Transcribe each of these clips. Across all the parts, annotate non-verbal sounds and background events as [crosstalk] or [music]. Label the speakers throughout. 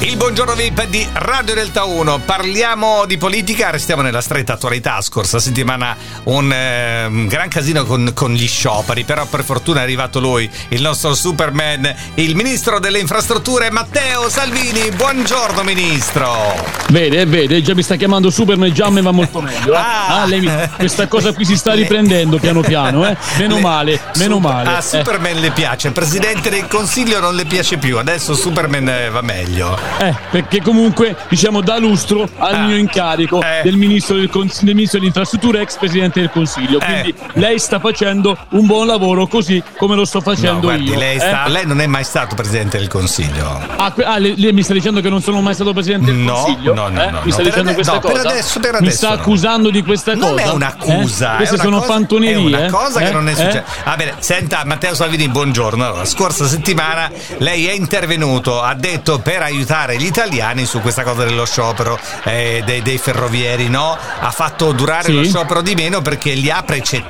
Speaker 1: Il buongiorno VIP di Radio Delta 1. Parliamo di politica, restiamo nella stretta attualità. Scorsa settimana un eh, un gran casino con, con gli scioperi, però per fortuna è arrivato lui, il nostro Superman, il ministro delle infrastrutture Matteo Salvini. Buongiorno ministro.
Speaker 2: Vede, vede, già mi sta chiamando Superman, già mi va molto meglio. eh.
Speaker 1: Ah.
Speaker 2: Ah, lei mi- questa cosa qui si sta riprendendo piano
Speaker 1: [laughs]
Speaker 2: piano, eh. Meno
Speaker 1: Le-
Speaker 2: male, meno
Speaker 1: Super-
Speaker 2: male. eh.
Speaker 1: A Superman le piace, il presidente del consiglio non le piace più, adesso Superman eh, va meglio.
Speaker 2: Eh, eh, perché comunque, diciamo, dà lustro al
Speaker 1: Ah.
Speaker 2: mio incarico
Speaker 1: Eh.
Speaker 2: del, ministro del, Cons- del ministro delle infrastrutture, ex presidente del consiglio. Quindi
Speaker 1: Eh.
Speaker 2: lei sta facendo un buon lavoro, così come lo sto facendo
Speaker 1: No, guardi,
Speaker 2: io.
Speaker 1: lei,
Speaker 2: eh.
Speaker 1: sta- lei non è mai stato presidente del consiglio.
Speaker 2: Ah, que- ah, le- lei mi sta dicendo che non sono mai stato presidente del
Speaker 1: No,
Speaker 2: consiglio?
Speaker 1: no, no,
Speaker 2: Eh?
Speaker 1: no,
Speaker 2: Mi sta
Speaker 1: no.
Speaker 2: dicendo
Speaker 1: Per ade-
Speaker 2: questa
Speaker 1: no, per
Speaker 2: cosa?
Speaker 1: adesso- per
Speaker 2: Mi
Speaker 1: adesso
Speaker 2: sta
Speaker 1: no.
Speaker 2: accusando di questa
Speaker 1: Non
Speaker 2: cosa?
Speaker 1: è un'accusa,
Speaker 2: eh?
Speaker 1: è
Speaker 2: Queste
Speaker 1: una
Speaker 2: sono
Speaker 1: cosa-
Speaker 2: fantonerie.
Speaker 1: È una cosa
Speaker 2: eh?
Speaker 1: che non è
Speaker 2: Eh?
Speaker 1: successa. Va bene, senta, Matteo Salvini, buongiorno. Allora, La scorsa settimana lei è intervenuto, ha detto per aiutare gli italiani su questa cosa dello sciopero eh, dei, dei ferrovieri, no? Ha fatto durare
Speaker 2: Sì.
Speaker 1: lo sciopero di meno perché li ha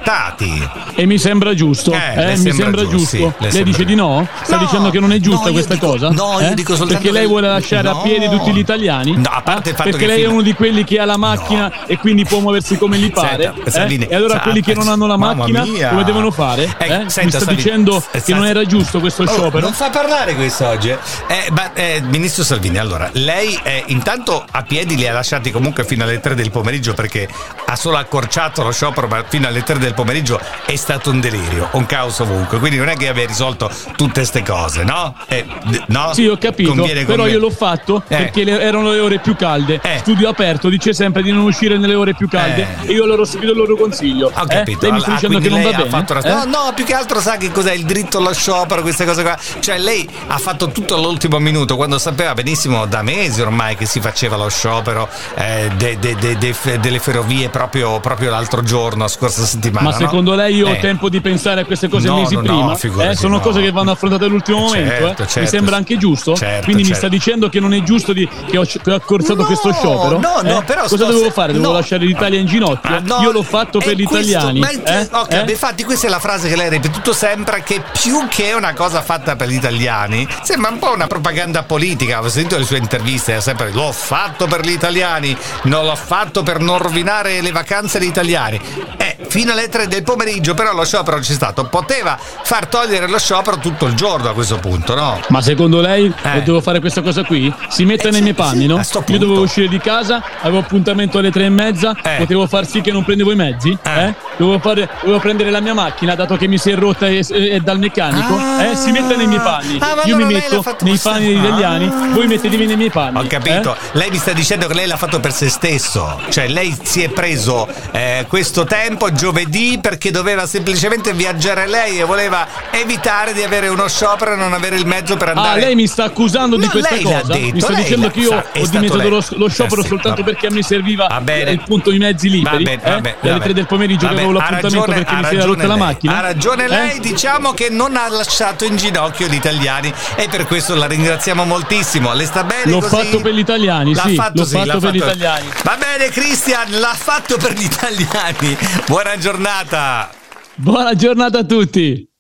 Speaker 1: precettati.
Speaker 2: E mi sembra giusto.
Speaker 1: Eh,
Speaker 2: eh,
Speaker 1: le
Speaker 2: mi
Speaker 1: sembra
Speaker 2: sembra
Speaker 1: giusto, sì,
Speaker 2: giusto.
Speaker 1: le
Speaker 2: lei
Speaker 1: sembra
Speaker 2: dice di
Speaker 1: giusto.
Speaker 2: no? Sta
Speaker 1: No,
Speaker 2: dicendo che non è giusta
Speaker 1: no, io
Speaker 2: questa
Speaker 1: dico-
Speaker 2: cosa?
Speaker 1: no, io
Speaker 2: Eh?
Speaker 1: dico soltanto
Speaker 2: Perché lei
Speaker 1: che-
Speaker 2: vuole lasciare
Speaker 1: no.
Speaker 2: a piedi tutti gli italiani? Eh?
Speaker 1: No, a parte il fatto
Speaker 2: Perché
Speaker 1: che
Speaker 2: lei
Speaker 1: fino-
Speaker 2: è uno di quelli che ha la macchina
Speaker 1: No.
Speaker 2: e quindi può muoversi come gli pare.
Speaker 1: Senta,
Speaker 2: eh?
Speaker 1: Salvini,
Speaker 2: E allora
Speaker 1: sa- eh,
Speaker 2: quelli che non hanno la
Speaker 1: mamma
Speaker 2: macchina
Speaker 1: mia.
Speaker 2: come devono fare?
Speaker 1: Eh,
Speaker 2: eh? Mi
Speaker 1: senta,
Speaker 2: sta
Speaker 1: Salvini,
Speaker 2: dicendo
Speaker 1: eh,
Speaker 2: che non
Speaker 1: sa-
Speaker 2: era giusto questo
Speaker 1: Oh,
Speaker 2: sciopero?
Speaker 1: non fa parlare questo oggi. eh. Eh, ma, eh, Ministro Salvini, allora, lei eh, intanto a piedi li ha lasciati comunque fino alle 3 del pomeriggio perché ha solo accorciato lo sciopero, ma fino alle 3 del pomeriggio è stato un delirio, un caos ovunque. Quindi non è che abbia risolto tutte queste cose, no? Eh, d- no?
Speaker 2: Sì, ho capito,
Speaker 1: Conviene con
Speaker 2: però
Speaker 1: me.
Speaker 2: io l'ho fatto
Speaker 1: Eh.
Speaker 2: perché le- erano le ore più calde.
Speaker 1: Eh.
Speaker 2: Studio aperto, dice sempre di non uscire nelle ore più calde
Speaker 1: Eh.
Speaker 2: e io loro ho seguito il loro consiglio.
Speaker 1: Ho
Speaker 2: eh?
Speaker 1: capito.
Speaker 2: Lei mi
Speaker 1: allora,
Speaker 2: sta dicendo
Speaker 1: quindi
Speaker 2: che non
Speaker 1: lei
Speaker 2: va
Speaker 1: ha
Speaker 2: bene.
Speaker 1: fatto una-
Speaker 2: eh?
Speaker 1: No, no, più che altro sa che cos'è il diritto allo sciopero, queste cose qua. Cioè, lei ha fatto tutto all'ultimo minuto, quando sapeva benissimo da mesi ormai che si faceva lo sciopero eh, de- de- de- de- delle ferrovie proprio, proprio l'altro giorno, la scorsa settimana.
Speaker 2: Ma
Speaker 1: no?
Speaker 2: secondo lei io ho
Speaker 1: Eh.
Speaker 2: tempo di pensare a queste cose
Speaker 1: No,
Speaker 2: mesi
Speaker 1: no, no,
Speaker 2: prima?
Speaker 1: figurati,
Speaker 2: Eh, sono
Speaker 1: no.
Speaker 2: cose che vanno affrontate all'ultimo
Speaker 1: Certo,
Speaker 2: momento. eh?
Speaker 1: certo.
Speaker 2: Mi sembra anche giusto.
Speaker 1: Certo,
Speaker 2: Quindi mi
Speaker 1: certo.
Speaker 2: sta dicendo che non è giusto di- che ho, che ho accorciato
Speaker 1: No,
Speaker 2: questo sciopero?
Speaker 1: no, no,
Speaker 2: Eh?
Speaker 1: però
Speaker 2: Cosa
Speaker 1: sto-
Speaker 2: devo fare? Devo
Speaker 1: no.
Speaker 2: lasciare l'Italia in ginocchio?
Speaker 1: Ah, no,
Speaker 2: io l'ho fatto
Speaker 1: è
Speaker 2: per gli
Speaker 1: questo-
Speaker 2: italiani.
Speaker 1: ma il-
Speaker 2: eh?
Speaker 1: ok,
Speaker 2: Eh?
Speaker 1: infatti, questa è la frase che lei ha ripetuto sempre: che più che una cosa fatta per gli italiani, sembra un po' una propaganda politica. Ho sentito le sue interviste, è sempre l'ho fatto per gli italiani, non l'ho fatto per non rovinare le vacanze degli italiani. Eh, fino alle 3 del pomeriggio, però lo sciopero c'è stato. Poteva far togliere lo sciopero tutto il giorno a questo punto, no?
Speaker 2: Ma secondo lei
Speaker 1: Eh.
Speaker 2: eh, devo fare questa cosa qui? Si metta
Speaker 1: Eh,
Speaker 2: nei
Speaker 1: sì,
Speaker 2: miei panni,
Speaker 1: sì,
Speaker 2: no?
Speaker 1: a sto
Speaker 2: Io
Speaker 1: punto.
Speaker 2: dovevo uscire di casa, avevo appuntamento alle tre e mezza,
Speaker 1: Eh.
Speaker 2: potevo far sì che non prendevo i mezzi,
Speaker 1: Eh.
Speaker 2: eh? Dovevo, fare- dovevo prendere la mia macchina, dato che mi si è rotta e, e- dal meccanico.
Speaker 1: Ah.
Speaker 2: eh? Si metta nei miei panni.
Speaker 1: Ah, ma
Speaker 2: Io mi
Speaker 1: allora lei l'ha
Speaker 2: metto
Speaker 1: fatto
Speaker 2: nei
Speaker 1: questo-
Speaker 2: panni degli
Speaker 1: Ah.
Speaker 2: italiani, voi mettetevi nei miei panni.
Speaker 1: Ho capito,
Speaker 2: eh?
Speaker 1: lei mi sta dicendo che lei l'ha fatto per se stesso, cioè lei si è preso eh, questo tempo giovedì perché doveva semplicemente viaggiare lei e voleva evitare di avere uno sciopero e non avere il mezzo per
Speaker 2: Ah,
Speaker 1: andare.
Speaker 2: lei mi sta accusando di
Speaker 1: No,
Speaker 2: questa
Speaker 1: lei l'ha
Speaker 2: cosa?
Speaker 1: detto,
Speaker 2: mi sta
Speaker 1: lei
Speaker 2: dicendo
Speaker 1: l'ha-
Speaker 2: che io
Speaker 1: sa- è
Speaker 2: ho
Speaker 1: stato
Speaker 2: dimezzato
Speaker 1: lei.
Speaker 2: lo, lo sciopero
Speaker 1: Eh sì,
Speaker 2: soltanto
Speaker 1: vabbè.
Speaker 2: perché a me serviva
Speaker 1: Va bene.
Speaker 2: eh, appunto i mezzi liberi.
Speaker 1: Va bene, va bene,
Speaker 2: eh? Alle
Speaker 1: va
Speaker 2: 3 del pomeriggio
Speaker 1: Va
Speaker 2: che
Speaker 1: bene,
Speaker 2: avevo
Speaker 1: ha
Speaker 2: l'appuntamento
Speaker 1: ragione-
Speaker 2: perché
Speaker 1: ha
Speaker 2: mi si era
Speaker 1: ragione
Speaker 2: rotta la
Speaker 1: lei.
Speaker 2: macchina.
Speaker 1: Ha ragione
Speaker 2: Eh?
Speaker 1: lei, diciamo che non ha lasciato in ginocchio gli italiani e per questo la ringraziamo moltissimo. Le sta bene
Speaker 2: L'ho
Speaker 1: così?
Speaker 2: fatto per gli italiani,
Speaker 1: L'ha
Speaker 2: sì,
Speaker 1: fatto,
Speaker 2: l'ho
Speaker 1: sì,
Speaker 2: fatto
Speaker 1: l'ha
Speaker 2: per gli
Speaker 1: fatto-
Speaker 2: italiani.
Speaker 1: Va bene Cristian, l'ha [laughs] fatto per gli italiani. Buona giornata.
Speaker 2: Buona giornata a tutti.